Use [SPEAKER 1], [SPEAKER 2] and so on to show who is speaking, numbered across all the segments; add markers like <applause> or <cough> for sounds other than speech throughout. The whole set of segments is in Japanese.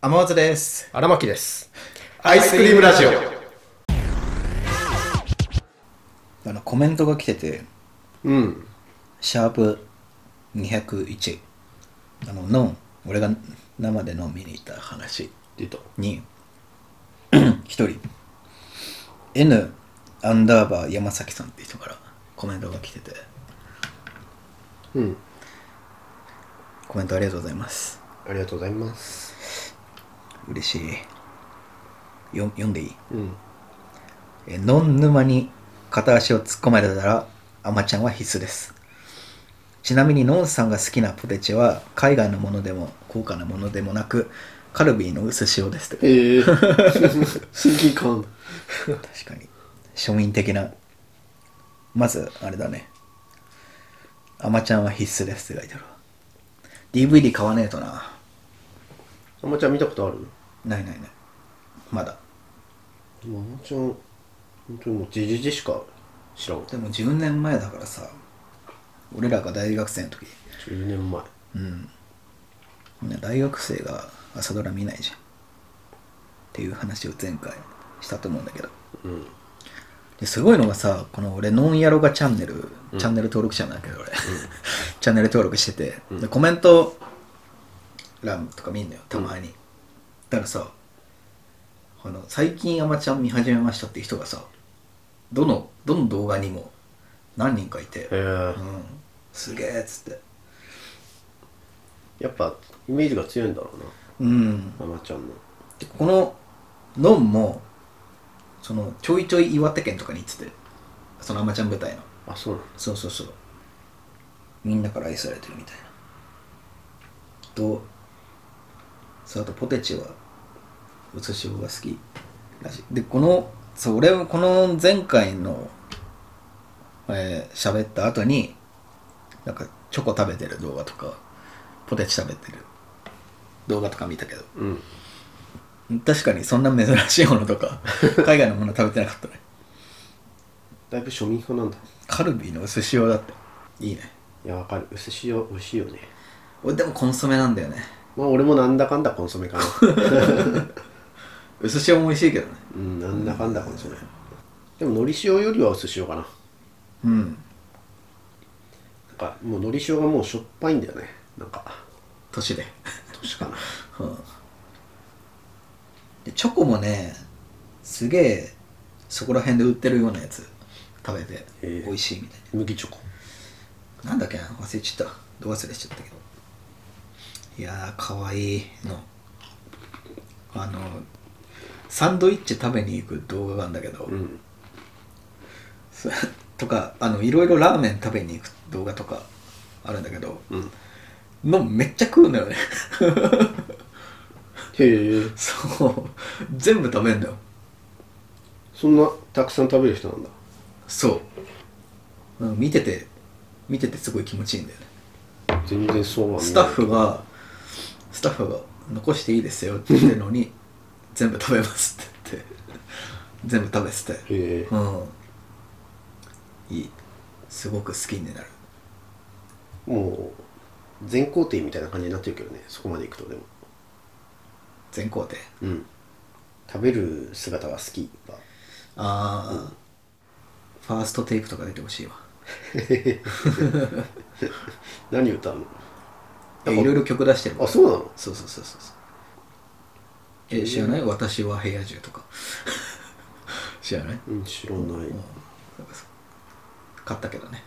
[SPEAKER 1] 天松です
[SPEAKER 2] 荒牧です。
[SPEAKER 1] アイスクリームラジオ
[SPEAKER 3] あのコメントが来てて
[SPEAKER 2] うん。
[SPEAKER 3] 「シャープ #201」あのノン俺が生で飲みに行った話
[SPEAKER 2] 出た。
[SPEAKER 3] に <clears throat> 一人 N アンダーバー山崎さんって人からコメントが来てて
[SPEAKER 2] うん。
[SPEAKER 3] コメントありがとうございます
[SPEAKER 2] ありがとうございます。
[SPEAKER 3] 嬉しいよ読んでいい
[SPEAKER 2] うん。
[SPEAKER 3] えノン沼に片足を突っ込まれたらアマちゃんは必須ですちなみにノンさんが好きなポテチは海外のものでも高価なものでもなくカルビーの薄塩ですって
[SPEAKER 2] ええー。 <laughs> 親近感。
[SPEAKER 3] 確かに庶民的なまずあれだねアマちゃんは必須ですって書いてあるわ DVD 買わねえとな
[SPEAKER 2] あまちゃん見たことある
[SPEAKER 3] ないないないまだ
[SPEAKER 2] あまちゃん、本当にもうじじじしか知らん。
[SPEAKER 3] でも10年前だからさ俺らが大学生の時
[SPEAKER 2] 10年前。
[SPEAKER 3] うん、ね大学生が朝ドラ見ないじゃんっていう話を前回したと思うんだけど
[SPEAKER 2] うん。
[SPEAKER 3] ですごいのがさこの俺ノンヤロがチャンネル、
[SPEAKER 2] うん
[SPEAKER 3] チャンネル登録者なんだけど俺、 <laughs> チャンネル登録してて、
[SPEAKER 2] うん
[SPEAKER 3] でコメント欄とか見んのよたまに、だからさあの最近アマちゃん見始めましたっていう人がさどのどの動画にも何人かいて
[SPEAKER 2] ええ
[SPEAKER 3] う
[SPEAKER 2] ー。
[SPEAKER 3] んすげえっつって
[SPEAKER 2] やっぱ、イメージが強いんだろう
[SPEAKER 3] うん
[SPEAKER 2] な。あまちゃんの。
[SPEAKER 3] でこのノンもそのちょいちょい岩手県とかに行っててそのアマちゃん舞台の
[SPEAKER 2] あ、そうなん
[SPEAKER 3] そうそうそうみんなから愛されてるみたいなとそうあとポテチはうつしおが好きらしいでこのそう俺はこの前回のえー喋、った後になんかチョコ食べてる動画とかポテチ食べてる動画とか見たけど
[SPEAKER 2] うん。
[SPEAKER 3] 確かにそんな珍しいものと
[SPEAKER 2] <laughs>
[SPEAKER 3] か海外のもの食べてなかったね
[SPEAKER 2] だいぶ庶民派なんだ。
[SPEAKER 3] カルビーの薄塩だっていいね
[SPEAKER 2] いや、わかる。薄塩、美味しいよね。
[SPEAKER 3] 俺でもコンソメなんだよね
[SPEAKER 2] まあ、俺もなんだかんだコンソメかな。
[SPEAKER 3] 薄塩も美味しいけどね
[SPEAKER 2] うん、なんだかんだコンソメ。でも、海苔塩よりは薄塩かな。
[SPEAKER 3] うん
[SPEAKER 2] なんか、もう海苔塩がもうしょっぱいんだよね。なんか、
[SPEAKER 3] 年で、
[SPEAKER 2] 年かな。
[SPEAKER 3] うん、でチョコもねすげえそこら辺で売ってるようなやつ食べて
[SPEAKER 2] へえ
[SPEAKER 3] 美味しいみたい
[SPEAKER 2] 麦チョコ
[SPEAKER 3] ななんだっけな忘れちゃったど忘れしちゃったけどいやーかわいいのあのサンドイッチ食べに行く動画があるんだけど、
[SPEAKER 2] ん
[SPEAKER 3] そとかあのいろいろラーメン食べに行く動画とかあるんだけど
[SPEAKER 2] うん
[SPEAKER 3] のめっちゃ食うのよね <laughs>
[SPEAKER 2] へえ
[SPEAKER 3] そう全部食べんだよ
[SPEAKER 2] そんなたくさん食べる人なんだ
[SPEAKER 3] そううん見てて見ててすごい気持ちいいんだよね
[SPEAKER 2] 全然そうは見ない
[SPEAKER 3] スタッフがスタッフが残していいですよって言ってるのに全部食べますって言って全部食べてて
[SPEAKER 2] へえ
[SPEAKER 3] うんいいすごく好きになる
[SPEAKER 2] もう全工程みたいな感じになってるけどねそこまでいくとでも
[SPEAKER 3] 全工程
[SPEAKER 2] うん食べる姿が好きが
[SPEAKER 3] ああ、ファーストテイクとか出てほしいわ
[SPEAKER 2] 何歌うの
[SPEAKER 3] えいろいろ曲出してる
[SPEAKER 2] あそうなの
[SPEAKER 3] そうそうそうそうそうえ知らない私は部屋中とか <laughs> 知らない
[SPEAKER 2] うん知らない、
[SPEAKER 3] なんかそう買ったけどね、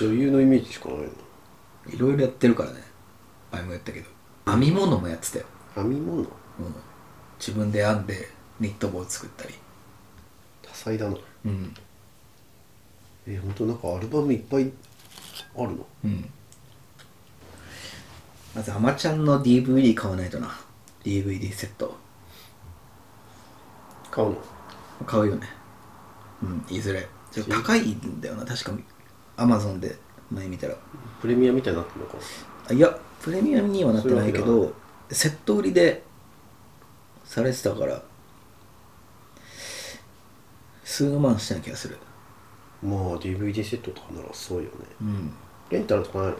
[SPEAKER 2] 女優のイメージしかないの
[SPEAKER 3] うん、いろいろやってるからね前もやったけど編み物もやってたよ、
[SPEAKER 2] 編み
[SPEAKER 3] う
[SPEAKER 2] 物
[SPEAKER 3] ん、自分で編んでニット帽を作ったり
[SPEAKER 2] 多彩だな
[SPEAKER 3] うん
[SPEAKER 2] えー、ほんとなんかアルバムいっぱいあるの
[SPEAKER 3] うんまずあまちゃんの DVD 買わないとな DVD セット
[SPEAKER 2] 買うの
[SPEAKER 3] 買うよねうんいずれちょっと高いんだよな確かアマゾンで前見たら
[SPEAKER 2] プレミアみたいになってるのかな
[SPEAKER 3] あいやプレミアムにはなってないけ
[SPEAKER 2] そういう
[SPEAKER 3] どセット売りでされてたから数万したような気がする
[SPEAKER 2] まあ DVD セットとかならそうよね
[SPEAKER 3] うん
[SPEAKER 2] レンタルとかないの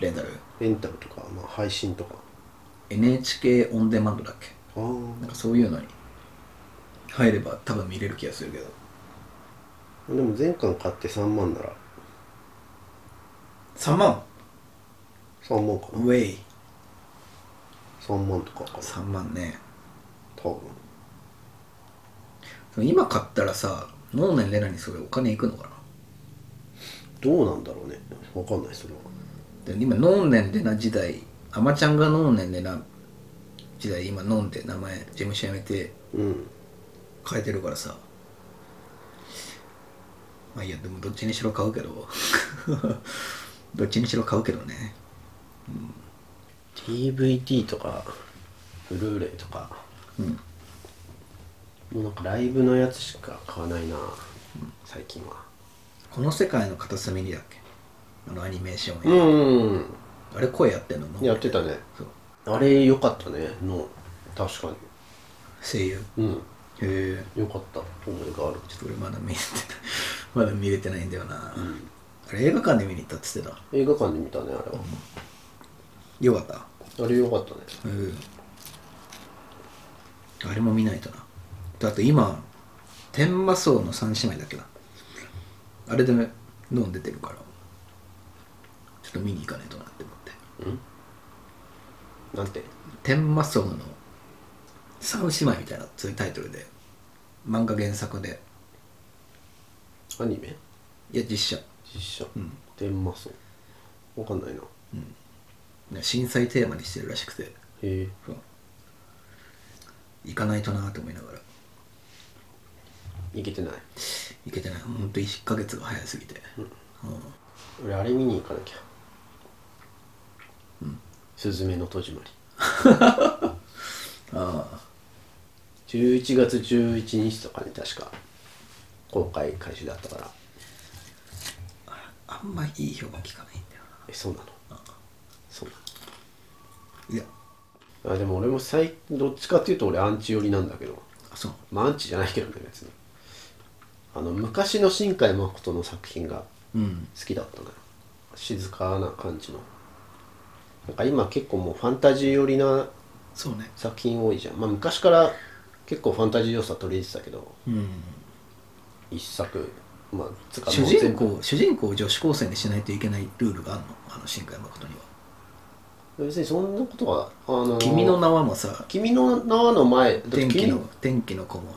[SPEAKER 3] レンタル
[SPEAKER 2] レンタルとか、まあ、配信とか
[SPEAKER 3] NHK オンデマンドだっけ
[SPEAKER 2] ああ
[SPEAKER 3] なんかそういうのに入れば多分見れる気がするけど
[SPEAKER 2] でも全巻買って3万なら
[SPEAKER 3] 3万
[SPEAKER 2] 3万かな
[SPEAKER 3] ウェイ
[SPEAKER 2] 3万とかかな
[SPEAKER 3] 3万ね
[SPEAKER 2] 多分
[SPEAKER 3] でも今買ったらさ脳年レナにそれお金いくのかな
[SPEAKER 2] どうなんだろうねわかんないそれは
[SPEAKER 3] で今ノンネンでな時代あまちゃんがノンネンでな時代今ノンで名前事務所辞めて
[SPEAKER 2] うん
[SPEAKER 3] 変えてるからさまあいいやでもどっちにしろ買うけど <laughs> どっちにしろ買うけどね
[SPEAKER 2] DVD とかブルーレイとか
[SPEAKER 3] うん
[SPEAKER 2] もうなんかライブのやつしか買わないな、最近は
[SPEAKER 3] この世界の片隅にだっけあのアニメーション
[SPEAKER 2] う
[SPEAKER 3] や、
[SPEAKER 2] ん
[SPEAKER 3] あれ声やってんの
[SPEAKER 2] やってたね
[SPEAKER 3] そう
[SPEAKER 2] あれ良かったねの確か
[SPEAKER 3] 声優
[SPEAKER 2] にうん
[SPEAKER 3] へえ
[SPEAKER 2] 良かった思いがある
[SPEAKER 3] ちょっと俺まだ見れてない <laughs> まだ見れてないんだよな、あれ映画館で見に行ったっつってた
[SPEAKER 2] 映画館で見たねあれは、
[SPEAKER 3] よかった
[SPEAKER 2] あれ良かったね
[SPEAKER 3] うんあれも見ないとなだって今天魔荘の三姉妹だっけなあれで飲んでてるからちょっと見に行かないとなって思って
[SPEAKER 2] なんて
[SPEAKER 3] 天魔荘の三姉妹みたいなそういうタイトルで漫画原作で
[SPEAKER 2] アニメ
[SPEAKER 3] いや実写
[SPEAKER 2] 実写、天魔荘わかんないなへ
[SPEAKER 3] ね震災テーマにしてるらしくて
[SPEAKER 2] え
[SPEAKER 3] そう行かないとなと思いながら
[SPEAKER 2] いけてない
[SPEAKER 3] 行けてないほんと1ヶ月が早すぎて、うん
[SPEAKER 2] 俺あれ見に行かなきゃすずめの戸締まり
[SPEAKER 3] ああ
[SPEAKER 2] 11月11日とかね確か公開開始だったから
[SPEAKER 3] あんまいい評判聞かないんだよ
[SPEAKER 2] えそうなのそうな
[SPEAKER 3] ないや
[SPEAKER 2] のあでも俺も最どっちかっていうと俺アンチ寄りなんだけど
[SPEAKER 3] あそう
[SPEAKER 2] まあアンチじゃないけどね別にあの昔の新海誠の作品が
[SPEAKER 3] うん
[SPEAKER 2] 好きだったのよ静かな感じのなんか今結構もうファンタジー寄りな
[SPEAKER 3] そうね
[SPEAKER 2] 作品多いじゃんまあ昔から結構ファンタジー要素は取り入れてたけど
[SPEAKER 3] うん
[SPEAKER 2] 一作まあつうか
[SPEAKER 3] 主
[SPEAKER 2] もう全
[SPEAKER 3] 人
[SPEAKER 2] 部
[SPEAKER 3] 公主人公を女子高生にしないといけないルールがあるのあの新海誠には
[SPEAKER 2] 別にそんなことはあの
[SPEAKER 3] 「君の名は」もさ
[SPEAKER 2] 君の名の前だって
[SPEAKER 3] 天気の
[SPEAKER 2] 君
[SPEAKER 3] 天気の子も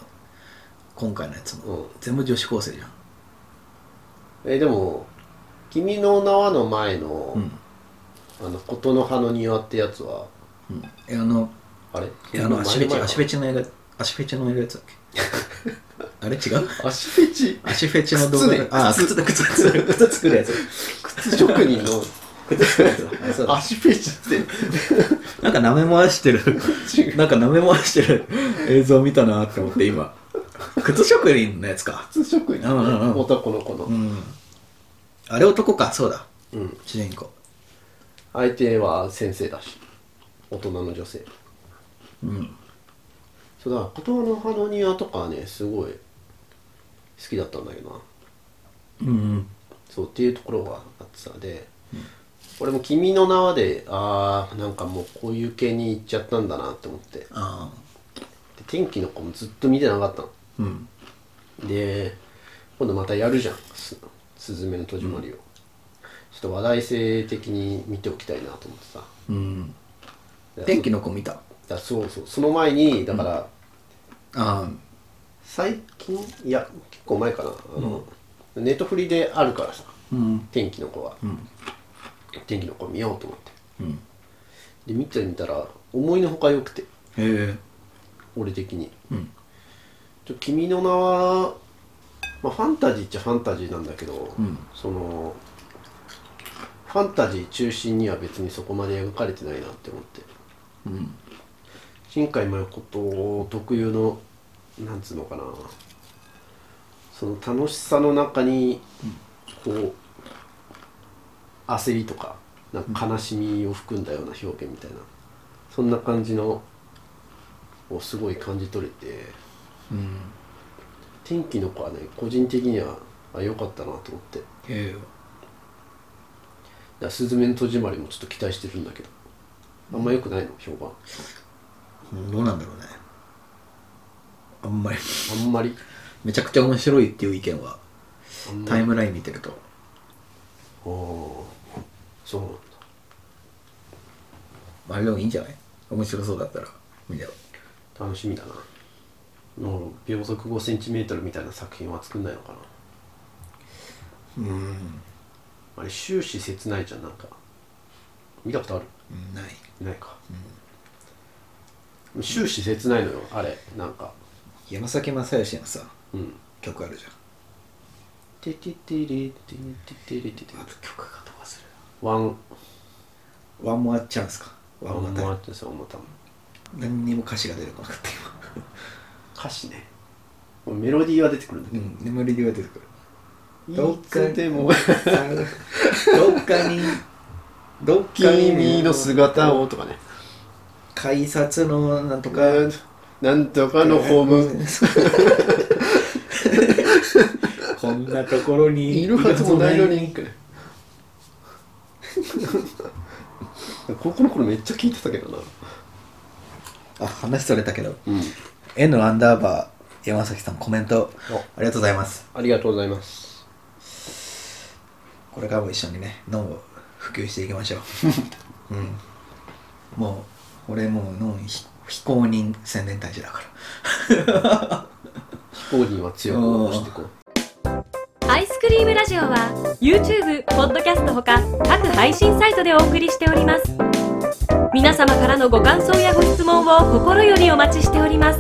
[SPEAKER 3] 今回のやつも、
[SPEAKER 2] うん
[SPEAKER 3] 全部女子高生じゃん
[SPEAKER 2] えでも「君の名は」の前の「
[SPEAKER 3] うん、
[SPEAKER 2] あの琴の葉の庭」ってやつは
[SPEAKER 3] うん、えあの
[SPEAKER 2] あれ
[SPEAKER 3] えあの足フェチ足フェ
[SPEAKER 2] チ
[SPEAKER 3] チの映画足フェチの映画やつだっ <laughs> けあれ違う
[SPEAKER 2] 足フェチ
[SPEAKER 3] 足フェチの動画
[SPEAKER 2] 靴ね
[SPEAKER 3] あ
[SPEAKER 2] 靴
[SPEAKER 3] 靴だ靴靴 <laughs> 靴作るやつ
[SPEAKER 2] 靴職人の
[SPEAKER 3] 靴作るやつだあそうだ
[SPEAKER 2] 足フェチって
[SPEAKER 3] なんか舐め回してる、なんか舐め回してる映像見たなって思って今。靴職人のやつか。
[SPEAKER 2] 靴職人
[SPEAKER 3] うんうんうん
[SPEAKER 2] 男の子の
[SPEAKER 3] うん。あれ男か、そうだ。
[SPEAKER 2] うん
[SPEAKER 3] 主人公。
[SPEAKER 2] 相手は先生だし大人の女性
[SPEAKER 3] うん。
[SPEAKER 2] そうだから琴の葉の庭とかはねすごい好きだったんだけどな
[SPEAKER 3] うん。
[SPEAKER 2] そうっていうところがあってさで、俺も「君の名はで」ああんかもうこういう系に行っちゃったんだなって思ってで
[SPEAKER 3] ああ。
[SPEAKER 2] 天気の子もずっと見てなかったの
[SPEAKER 3] うん。
[SPEAKER 2] で今度またやるじゃん「すすずめの戸締まりを」ちょっと話題性的に見ておきたいなと思ってさ
[SPEAKER 3] うん。天気の子見た。
[SPEAKER 2] だそうそうその前にだから、
[SPEAKER 3] ああ。
[SPEAKER 2] 最近いや結構前かなあの、ネットフリであるからさ
[SPEAKER 3] うん。
[SPEAKER 2] 天気の子は、
[SPEAKER 3] ん
[SPEAKER 2] 天気の子見ようと思って
[SPEAKER 3] うん。
[SPEAKER 2] で見てみたら思いのほか良くて
[SPEAKER 3] へえ。
[SPEAKER 2] 俺的に
[SPEAKER 3] うん。
[SPEAKER 2] ちょ君の名は、まあ、ファンタジーっちゃファンタジーなんだけど、
[SPEAKER 3] うん
[SPEAKER 2] そのファンタジー中心には別にそこまで描かれてないなって思って
[SPEAKER 3] うん。
[SPEAKER 2] 新海誠特有のなんつうのかなその楽しさの中にこう焦りとかなんか悲しみを含んだような表現みたいなそんな感じのをすごい感じ取れて
[SPEAKER 3] うん。
[SPEAKER 2] 天気の子はね個人的にはあ良かったなと思って
[SPEAKER 3] へえ。
[SPEAKER 2] らスズメの戸締まりもちょっと期待してるんだけどあんま良くないの評判
[SPEAKER 3] うんどうなんだろうねあんまり
[SPEAKER 2] あんまり
[SPEAKER 3] めちゃくちゃ面白いっていう意見は
[SPEAKER 2] あんま
[SPEAKER 3] タ
[SPEAKER 2] り
[SPEAKER 3] イムライン見てると
[SPEAKER 2] あーそうなんだ
[SPEAKER 3] あれでもいいんじゃない面白そうだったら見れば
[SPEAKER 2] 楽しみだなもう秒速 5cm みたいな作品は作んないのかな
[SPEAKER 3] うん
[SPEAKER 2] あれ終始切ないじゃんなんか見たことある
[SPEAKER 3] ない
[SPEAKER 2] ないか、終始切ないのよあれなんか
[SPEAKER 3] 山崎まさよしのさ
[SPEAKER 2] うん
[SPEAKER 3] 曲あるじゃん
[SPEAKER 2] テテテレテテテレテテ
[SPEAKER 3] 曲がどうする
[SPEAKER 2] ワン
[SPEAKER 3] ワンモアチャンスかワ
[SPEAKER 2] ワ
[SPEAKER 3] ンモア
[SPEAKER 2] ン
[SPEAKER 3] タイ
[SPEAKER 2] もあ
[SPEAKER 3] ム
[SPEAKER 2] ってさ思ったもん
[SPEAKER 3] 何にも歌詞が出てこなかった
[SPEAKER 2] 歌詞ねメロディーは出てくるんだ
[SPEAKER 3] 今 <laughs> うん眠りが出てくる
[SPEAKER 2] けど
[SPEAKER 3] ど
[SPEAKER 2] い
[SPEAKER 3] っかに
[SPEAKER 2] つで
[SPEAKER 3] ど
[SPEAKER 2] も
[SPEAKER 3] っかにどっかに
[SPEAKER 1] 君の姿をとかね。
[SPEAKER 3] 改札のなんとか
[SPEAKER 1] なんとかのホーム。
[SPEAKER 3] <laughs> こんなところに
[SPEAKER 1] いるはずもないのに。
[SPEAKER 2] <laughs> 高校の頃めっちゃ聞いてたけどな
[SPEAKER 3] あ話それたけど
[SPEAKER 2] うん
[SPEAKER 3] N アンダーバー山崎さんコメント
[SPEAKER 2] お
[SPEAKER 3] ありがとうございます
[SPEAKER 2] ありがとうございます
[SPEAKER 3] これからも一緒にね脳を普及していきましょううんもう俺もう脳非非公認宣伝大使だから
[SPEAKER 2] 飛行人は強く押してこう
[SPEAKER 4] アイスクリームラジオは YouTube、ポッドキャストほか各配信サイトでお送りしております皆様からのご感想やご質問を心よりお待ちしております